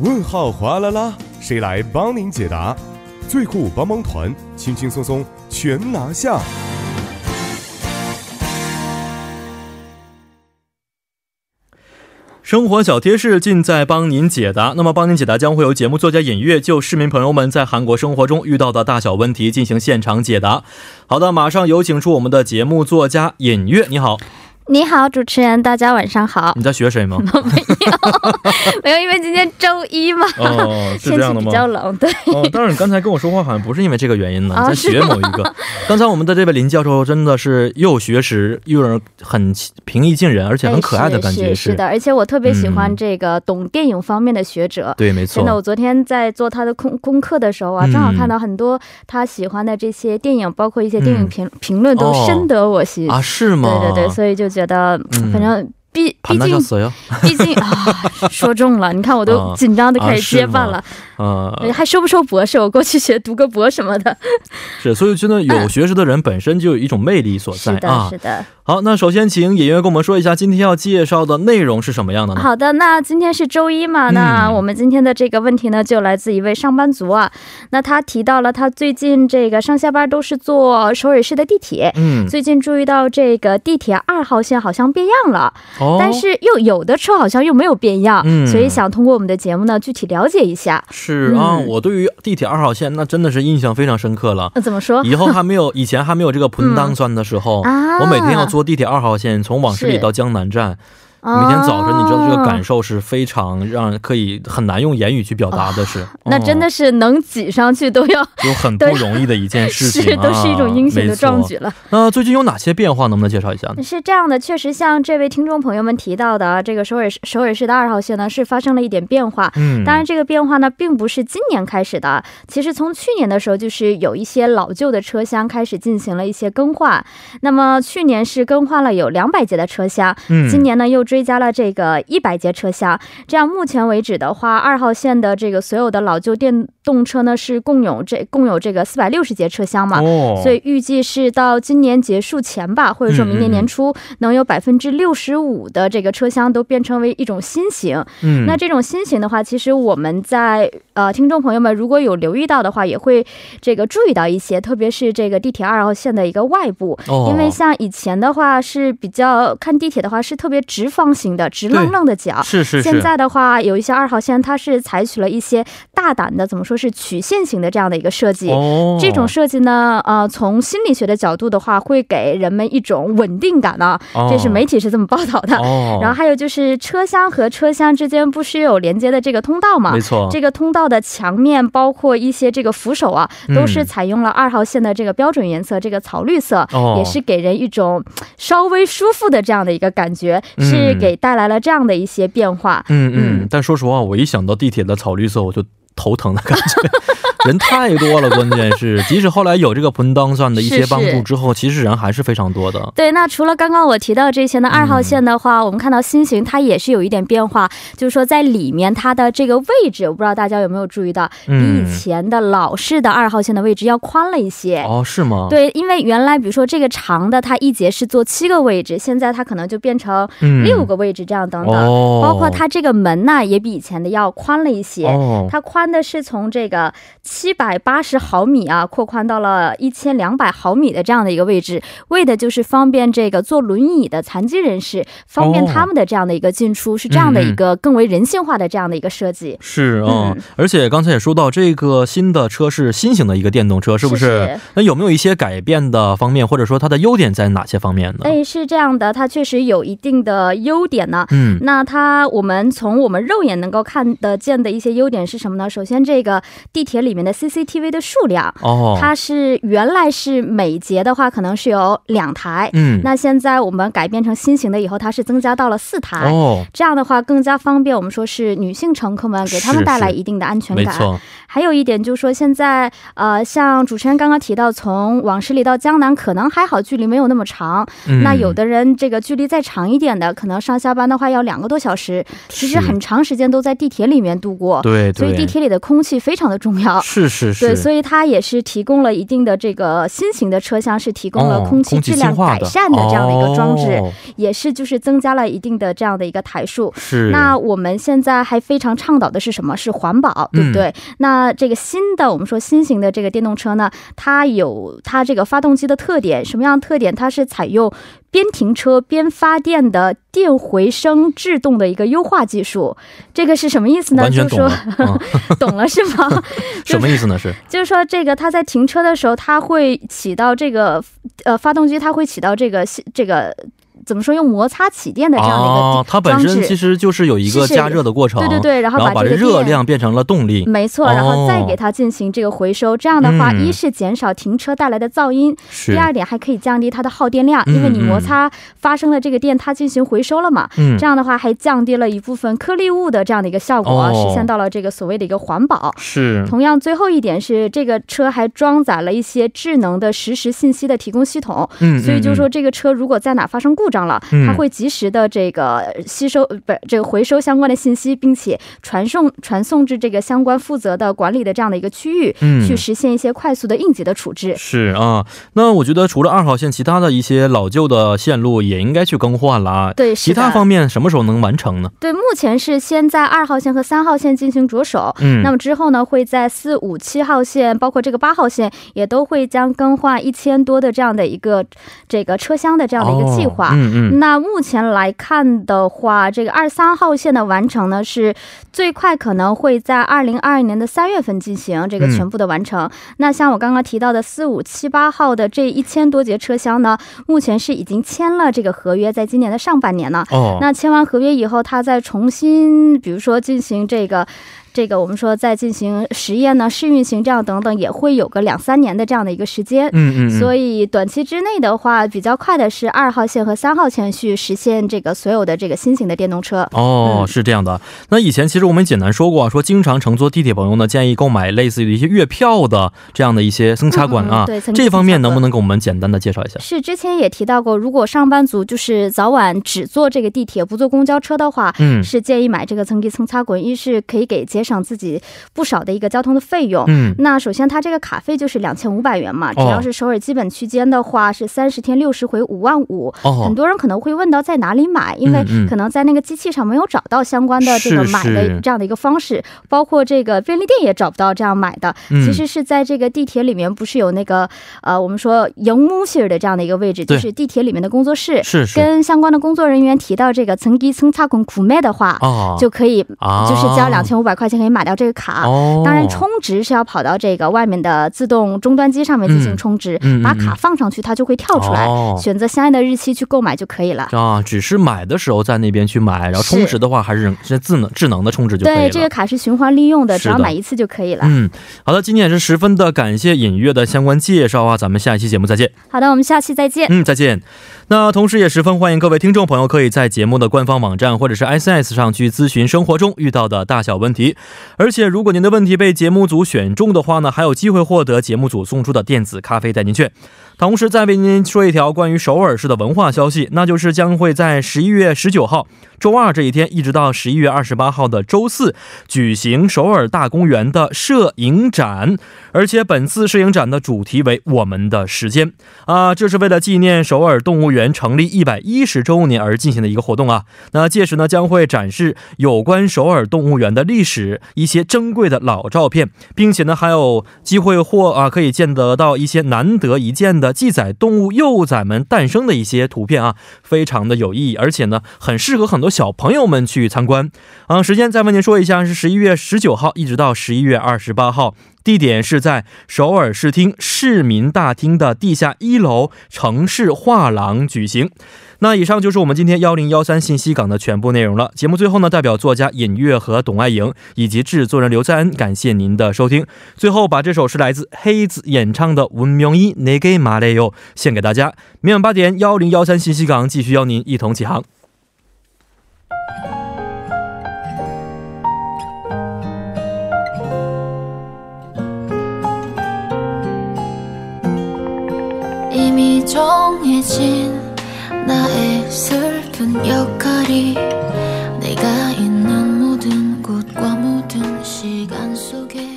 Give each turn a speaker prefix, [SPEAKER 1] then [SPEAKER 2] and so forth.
[SPEAKER 1] 问号哗啦啦，谁来帮您解答？最酷帮帮团，轻轻松松全拿下。
[SPEAKER 2] 生活小贴士尽在帮您解答。那么，帮您解答将会由节目作家尹月就市民朋友们在韩国生活中遇到的大小问题进行现场解答。好的，马上有请出我们的节目作家尹月，你好，
[SPEAKER 3] 你好，主持人，大家晚上好。
[SPEAKER 2] 你在学谁吗？
[SPEAKER 3] 没有，因为今天周一嘛，
[SPEAKER 2] 嗯 哦，是
[SPEAKER 3] 天
[SPEAKER 2] 这样
[SPEAKER 3] 气
[SPEAKER 2] 的
[SPEAKER 3] 比
[SPEAKER 2] 吗？
[SPEAKER 3] 较冷，对，
[SPEAKER 2] 哦，但是你刚才跟我说话好像不是因为这个原因呢，
[SPEAKER 3] 啊
[SPEAKER 2] 你在学某一个。刚才我们的这位林教授真的是又学识又让人很平易近人，而且很可爱的感觉嗯
[SPEAKER 3] 哎是是的，而且我特别喜欢这个懂电影方面的学者。
[SPEAKER 2] 对，没
[SPEAKER 3] 真的，我
[SPEAKER 2] 错，
[SPEAKER 3] 昨天在做他的功功课的时候啊，
[SPEAKER 2] 嗯
[SPEAKER 3] 正好看到很多他喜欢的这些电影，包括一些电影评、评论都
[SPEAKER 2] 哦
[SPEAKER 3] 深得我心。
[SPEAKER 2] 啊，是吗？
[SPEAKER 3] 对对对，所以就觉得，
[SPEAKER 2] 嗯
[SPEAKER 3] 反正毕毕
[SPEAKER 2] 盘那
[SPEAKER 3] 竟
[SPEAKER 2] 叫死呀，
[SPEAKER 3] 毕竟啊，说中了，你看我都
[SPEAKER 2] 啊
[SPEAKER 3] 紧张的开
[SPEAKER 2] 啊
[SPEAKER 3] 始
[SPEAKER 2] 是
[SPEAKER 3] 结巴
[SPEAKER 2] 吗
[SPEAKER 3] 了、
[SPEAKER 2] 呃，
[SPEAKER 3] 还收不收博士？我过去学读个博什么的。
[SPEAKER 2] 是，所以觉得有学识的人本身就有一种魅力所在
[SPEAKER 3] 嗯是的，
[SPEAKER 2] 啊
[SPEAKER 3] 是。的。
[SPEAKER 2] 好，那首先请演员跟我们说一下今天要介绍的内容是什么样的呢？
[SPEAKER 3] 好的，那今天是周一嘛？那
[SPEAKER 2] 嗯
[SPEAKER 3] 我们今天的这个问题呢，就来自一位上班族啊。那他提到了他最近这个上下班都是坐首尔市的地铁。
[SPEAKER 2] 嗯，
[SPEAKER 3] 最近注意到这个地铁二号线好像变样了，
[SPEAKER 2] 哦，
[SPEAKER 3] 但是又有的车好像又没有变样，
[SPEAKER 2] 嗯
[SPEAKER 3] 所以想通过我们的节目呢具体了解一下。
[SPEAKER 2] 是啊，
[SPEAKER 3] 嗯
[SPEAKER 2] 我对于地铁二号线那真的是印象非常深刻了。
[SPEAKER 3] 那怎么说
[SPEAKER 2] 以后还没有 以前还没有这个盆当算的时候，
[SPEAKER 3] 哦啊？
[SPEAKER 2] 我每天要坐地铁二号线，从往市里
[SPEAKER 3] 是
[SPEAKER 2] 到江南站，
[SPEAKER 3] 哦，
[SPEAKER 2] 每天早晨，你知道这个感受是非常让可以很难用言语去表达的是，
[SPEAKER 3] 那真的
[SPEAKER 2] 哦
[SPEAKER 3] 是能挤上去都要
[SPEAKER 2] 有很不
[SPEAKER 3] 对
[SPEAKER 2] 容易的一件事情、啊，
[SPEAKER 3] 是都是一种英雄的壮举
[SPEAKER 2] 没错。
[SPEAKER 3] 了。
[SPEAKER 2] 那最近有哪些变化？能不能介绍一下呢？
[SPEAKER 3] 是这样的，确实像这位听众朋友们提到的啊，这个首尔市首尔市的二号线呢是发生了一点变化。
[SPEAKER 2] 嗯，
[SPEAKER 3] 当然，这个变化呢，并不是今年开始的啊。其实从去年的时候，就是有一些老旧的车厢开始进行了一些更换。那么去年是更换了有两百节的车厢，
[SPEAKER 2] 嗯
[SPEAKER 3] 今年呢又追加了这个一百节车厢。这样目前为止的话，二号线的这个所有的老旧电动车呢是共有这共有这个四百六十节车厢嘛。
[SPEAKER 2] 哦，
[SPEAKER 3] 所以预计是到今年结束前吧，或者说明年年
[SPEAKER 2] 嗯
[SPEAKER 3] 初，能有百分之六十五的这个车厢都变成为一种新型。
[SPEAKER 2] 嗯，
[SPEAKER 3] 那这种新型的话，其实我们在呃听众朋友们如果有留意到的话，也会这个注意到一些，特别是这个地铁二号线的一个外部。
[SPEAKER 2] 哦，
[SPEAKER 3] 因为像以前的话是比较看地铁的话是特别直方形的，直愣愣的角。
[SPEAKER 2] 是是是，
[SPEAKER 3] 现在的话，有一些二号线它是采取了一些大胆的，怎么说是曲线型的这样的一个设计。
[SPEAKER 2] 哦，
[SPEAKER 3] 这种设计呢，呃，从心理学的角度的话，会给人们一种稳定感啊，
[SPEAKER 2] 哦
[SPEAKER 3] 这是媒体是这么报道的。
[SPEAKER 2] 哦，
[SPEAKER 3] 然后还有就是车厢和车厢之间不是有连接的这个通道嘛
[SPEAKER 2] 没？错，
[SPEAKER 3] 这个通道的墙面包括一些这个扶手啊，
[SPEAKER 2] 嗯
[SPEAKER 3] 都是采用了二号线的这个标准颜色，这个草绿色。
[SPEAKER 2] 哦
[SPEAKER 3] 也是给人一种稍微舒服的这样的一个感觉，是
[SPEAKER 2] 嗯
[SPEAKER 3] 给带来了这样的一些变化。
[SPEAKER 2] 嗯嗯
[SPEAKER 3] 嗯，
[SPEAKER 2] 但说实话，我一想到地铁的草绿色，我就头疼的感觉。 人太多了，关键是，即使后来有这个盆当算的一些
[SPEAKER 3] 是是
[SPEAKER 2] 帮助之后，其实人还是非常多的。
[SPEAKER 3] 对，那除了刚刚我提到这些呢，二号
[SPEAKER 2] 嗯
[SPEAKER 3] 线的话，我们看到新型它也是有一点变化，就是说在里面它的这个位置，我不知道大家有没有注意到，比
[SPEAKER 2] 嗯
[SPEAKER 3] 以前的老式的二号线的位置要宽了一些。
[SPEAKER 2] 哦，是吗？，
[SPEAKER 3] 对，因为原来比如说这个长的，它一节是坐七个位置，现在它可能就变成
[SPEAKER 2] 嗯，
[SPEAKER 3] 六个位置这样等等。
[SPEAKER 2] 哦，
[SPEAKER 3] 包括它这个门呢，也比以前的要宽了一些。
[SPEAKER 2] 哦，
[SPEAKER 3] 它宽的是从这个七百八十毫米啊，扩宽到了一千两百毫米的这样的一个位置，为的就是方便这个坐轮椅的残疾人士，方便
[SPEAKER 2] 哦嗯
[SPEAKER 3] 他们的这样的一个进出，是这样的一个更为人性化的这样的一个设计。
[SPEAKER 2] 是啊、
[SPEAKER 3] 嗯
[SPEAKER 2] 而且刚才也说到，这个新的车是新型的一个电动车，是不是？
[SPEAKER 3] 是是
[SPEAKER 2] 那有没有一些改变的方面，或者说它的优点在哪些方面呢？
[SPEAKER 3] 哎，是这样的，它确实有一定的优点呢。
[SPEAKER 2] 嗯，
[SPEAKER 3] 那它，我们从我们肉眼能够看得见的一些优点是什么呢？首先，这个地铁里面的 CCTV 的数量，
[SPEAKER 2] 哦，
[SPEAKER 3] 它是原来是每节的话可能是有两台，
[SPEAKER 2] 嗯，
[SPEAKER 3] 那现在我们改变成新型的以后，它是增加到了四台。
[SPEAKER 2] 哦，
[SPEAKER 3] 这样的话更加方便，我们说是女性乘客们给他
[SPEAKER 2] 是
[SPEAKER 3] 们
[SPEAKER 2] 是
[SPEAKER 3] 带来一定的安全
[SPEAKER 2] 没
[SPEAKER 3] 感。
[SPEAKER 2] 错，
[SPEAKER 3] 还有一点就是说，现在呃，像主持人刚刚提到，从往十里到江南可能还好，距离没有那么长。
[SPEAKER 2] 嗯、
[SPEAKER 3] 那有的人这个距离再长一点的，可能上下班的话要两个多小时，其实
[SPEAKER 2] 是
[SPEAKER 3] 很长时间都在地铁里面度过。
[SPEAKER 2] 对对，
[SPEAKER 3] 所以地铁里的空气非常的重要。
[SPEAKER 2] 是是是，
[SPEAKER 3] 对，所以它也是提供了一定的这个新型的车厢是提供了
[SPEAKER 2] 哦
[SPEAKER 3] 空气质
[SPEAKER 2] 净
[SPEAKER 3] 量
[SPEAKER 2] 化
[SPEAKER 3] 改善的这样的一个装置，
[SPEAKER 2] 哦
[SPEAKER 3] 也是就是增加了一定的这样的一个台数。
[SPEAKER 2] 是
[SPEAKER 3] 那我们现在还非常倡导的是什么？是环保，对不
[SPEAKER 2] 嗯
[SPEAKER 3] 对？那这个新的我们说新型的这个电动车呢，它有它这个发动机的特点，什么样的特点？它是采用边停车边发电的电回升制动的一个优化技术。这个是什么意思呢？
[SPEAKER 2] 完全
[SPEAKER 3] 就是
[SPEAKER 2] 懂了
[SPEAKER 3] 说，
[SPEAKER 2] 嗯
[SPEAKER 3] 懂了是吗？
[SPEAKER 2] 什么意思呢？ 是
[SPEAKER 3] 就是说，这个它在停车的时候，它会起到这个呃发动机，它会起到这个这个怎么说用摩擦起电的这样的一个
[SPEAKER 2] 啊，它本
[SPEAKER 3] 装
[SPEAKER 2] 身
[SPEAKER 3] 置
[SPEAKER 2] 其实就是有一个
[SPEAKER 3] 是是
[SPEAKER 2] 加热的过程，
[SPEAKER 3] 对对对，然后
[SPEAKER 2] 然后
[SPEAKER 3] 把
[SPEAKER 2] 把
[SPEAKER 3] 这个
[SPEAKER 2] 热
[SPEAKER 3] 电嗯
[SPEAKER 2] 量变成了动力。
[SPEAKER 3] 没错，然后再
[SPEAKER 2] 哦
[SPEAKER 3] 给它进行这个回收。这样的话，
[SPEAKER 2] 嗯
[SPEAKER 3] 一是减少停车带来的噪音，
[SPEAKER 2] 是
[SPEAKER 3] 第，二点还可以降低它的耗电量，
[SPEAKER 2] 嗯
[SPEAKER 3] 因为你摩擦发生了这个电，它进行回收了嘛。
[SPEAKER 2] 嗯
[SPEAKER 3] 这，样的话，还降低了一部分颗粒物的这样的一个效果，
[SPEAKER 2] 哦
[SPEAKER 3] 实现到了这个所谓的一个环保。
[SPEAKER 2] 是
[SPEAKER 3] 同样，最后一点是这个车还装载了一些智能的实时信息的提供系统，
[SPEAKER 2] 嗯，
[SPEAKER 3] 所以就
[SPEAKER 2] 嗯
[SPEAKER 3] 是说，这个车如果在哪发生故障了，
[SPEAKER 2] 嗯
[SPEAKER 3] 它会及时的这个吸收呃不是这个回收相关的信息，并且传送传送至这个相关负责的管理的这样的一个区域，
[SPEAKER 2] 嗯
[SPEAKER 3] 去实现一些快速的应急的处置。
[SPEAKER 2] 是啊，那我觉得除了二号线，其他的一些老旧的线路也应该去更换了啊。
[SPEAKER 3] 对，是
[SPEAKER 2] 其
[SPEAKER 3] 的
[SPEAKER 2] 他方面什么时候能完成呢？
[SPEAKER 3] 对，目前是先在二号线和三号线进行着手。
[SPEAKER 2] 嗯，
[SPEAKER 3] 那么之后呢，会在四五七号线，包括这个八号线，也都会将更换一千多的这样的一个这个车厢的这样的一个计划。
[SPEAKER 2] 哦嗯嗯，
[SPEAKER 3] 那目前来看的话，这个二三号线的完成呢，是最快可能会在二零二二年的三月份进行这个
[SPEAKER 2] 嗯
[SPEAKER 3] 全部的完成。那像我刚刚提到的四五七八号的这一千多节车厢呢，目前是已经签了这个合约，在今年的上半年呢。
[SPEAKER 2] 哦，
[SPEAKER 3] 那签完合约以后，它再重新，比如说进行这个。这个我们说再进行实验呢，试运行这样等等，也会有个两三年的这样的一个时间。
[SPEAKER 2] 嗯嗯，
[SPEAKER 3] 所
[SPEAKER 2] 以
[SPEAKER 3] 以短期之内的话，比较快的是二号线和三号线去实现这个所有的这个新型的电动车。
[SPEAKER 2] 哦
[SPEAKER 3] 嗯
[SPEAKER 2] 是这样的。那以前其实我们简单说过啊，说经常乘坐地铁朋友呢，建议购买类似于一些月票的这样的一些增
[SPEAKER 3] 插
[SPEAKER 2] 插馆啊。
[SPEAKER 3] 嗯对，
[SPEAKER 2] 这方面能不能
[SPEAKER 3] 能？
[SPEAKER 2] 给我们简单的介绍一下？
[SPEAKER 3] 是之前也提到过，如果上班族就是早晚只坐这个地铁不坐公交车的话，
[SPEAKER 2] 嗯
[SPEAKER 3] 是建议买这个增机蹭擦滚，一是可以给节省自己不少的一个交通的费用。
[SPEAKER 2] 嗯，
[SPEAKER 3] 那首先，它这个卡费就是两千五百元嘛，只
[SPEAKER 2] 哦
[SPEAKER 3] 要是首尔基本区间的话，是三十天六十回五万五，很
[SPEAKER 2] 哦，
[SPEAKER 3] 多人可能会问到在哪里买，因为
[SPEAKER 2] 嗯嗯
[SPEAKER 3] 可能在那个机器上没有找到相关的这个
[SPEAKER 2] 是
[SPEAKER 3] 买的
[SPEAKER 2] 是
[SPEAKER 3] 这样的一个方式，包括这个便利店也找不到这样买的。
[SPEAKER 2] 嗯
[SPEAKER 3] 其实是在这个地铁里面，不是有那个呃，我们说营木室的这样的一个位置，
[SPEAKER 2] 对
[SPEAKER 3] 就是地铁里面的工作室，
[SPEAKER 2] 是是
[SPEAKER 3] 跟相关的工作人员提到这个层级层擦孔苦卖的话，
[SPEAKER 2] 哦，
[SPEAKER 3] 就可以
[SPEAKER 2] 啊
[SPEAKER 3] 就是交两千五百块钱可以买到这个卡。
[SPEAKER 2] 哦，
[SPEAKER 3] 当然，充值是要跑到这个外面的自动终端机上面进行
[SPEAKER 2] 嗯
[SPEAKER 3] 充值，
[SPEAKER 2] 嗯嗯
[SPEAKER 3] 把
[SPEAKER 2] 嗯
[SPEAKER 3] 卡放上去，它就会跳出来，
[SPEAKER 2] 哦
[SPEAKER 3] 选择相应的日期去购买就可以了。
[SPEAKER 2] 啊，只是买的时候在那边去买，然后充值的话还是人是智能智能的充值就可以了。
[SPEAKER 3] 对，这个卡是循环利用的，
[SPEAKER 2] 是
[SPEAKER 3] 只
[SPEAKER 2] 的
[SPEAKER 3] 要买一次就可以了。
[SPEAKER 2] 嗯，好的，今天也是十分的感谢尹月的相关介绍啊，咱们下一期节目再见。
[SPEAKER 3] 好的，我们下期再见。
[SPEAKER 2] 嗯，再见。那同时也十分欢迎各位听众朋友可以在节目的官方网站或者是 SNS 上去咨询生活中遇到的大小问题，而且如果您的问题被节目组选中的话呢，还有机会获得节目组送出的电子咖啡代金券。同时再为您说一条关于首尔市的文化消息，那就是将会在十一月十九号周二这一天，一直到十一月二十八号的周四，举行首尔大公园的摄影展，而且本次摄影展的主题为“我们的时间”。啊，这是为了纪念首尔动物园成立一百一十周年而进行的一个活动啊。那届时呢，将会展示有关首尔动物园的历史、一些珍贵的老照片，并且呢，还有机会或啊可以见得到一些难得一见的记载动物幼崽们诞生的一些图片啊，非常的有意义，而且呢，很适合很多小朋友们去参观。啊，时间再为您说一下，是十一月十九号一直到十一月二十八号。地点是在首尔市厅市民大厅的地下一楼城市画廊举行。那以上就是我们今天幺零幺三信息港的全部内容了。节目最后呢，代表作家尹月和董爱莹以及制作人刘在恩，感谢您的收听。最后把这首是来自黑子演唱的《文明一내게말해요》献给大家。明晚八点幺零幺三信息港继续邀您一同起航。
[SPEAKER 4] 이미 정해진 나의 슬픈 역할이 내가 있는 모든 곳과 모든 시간 속에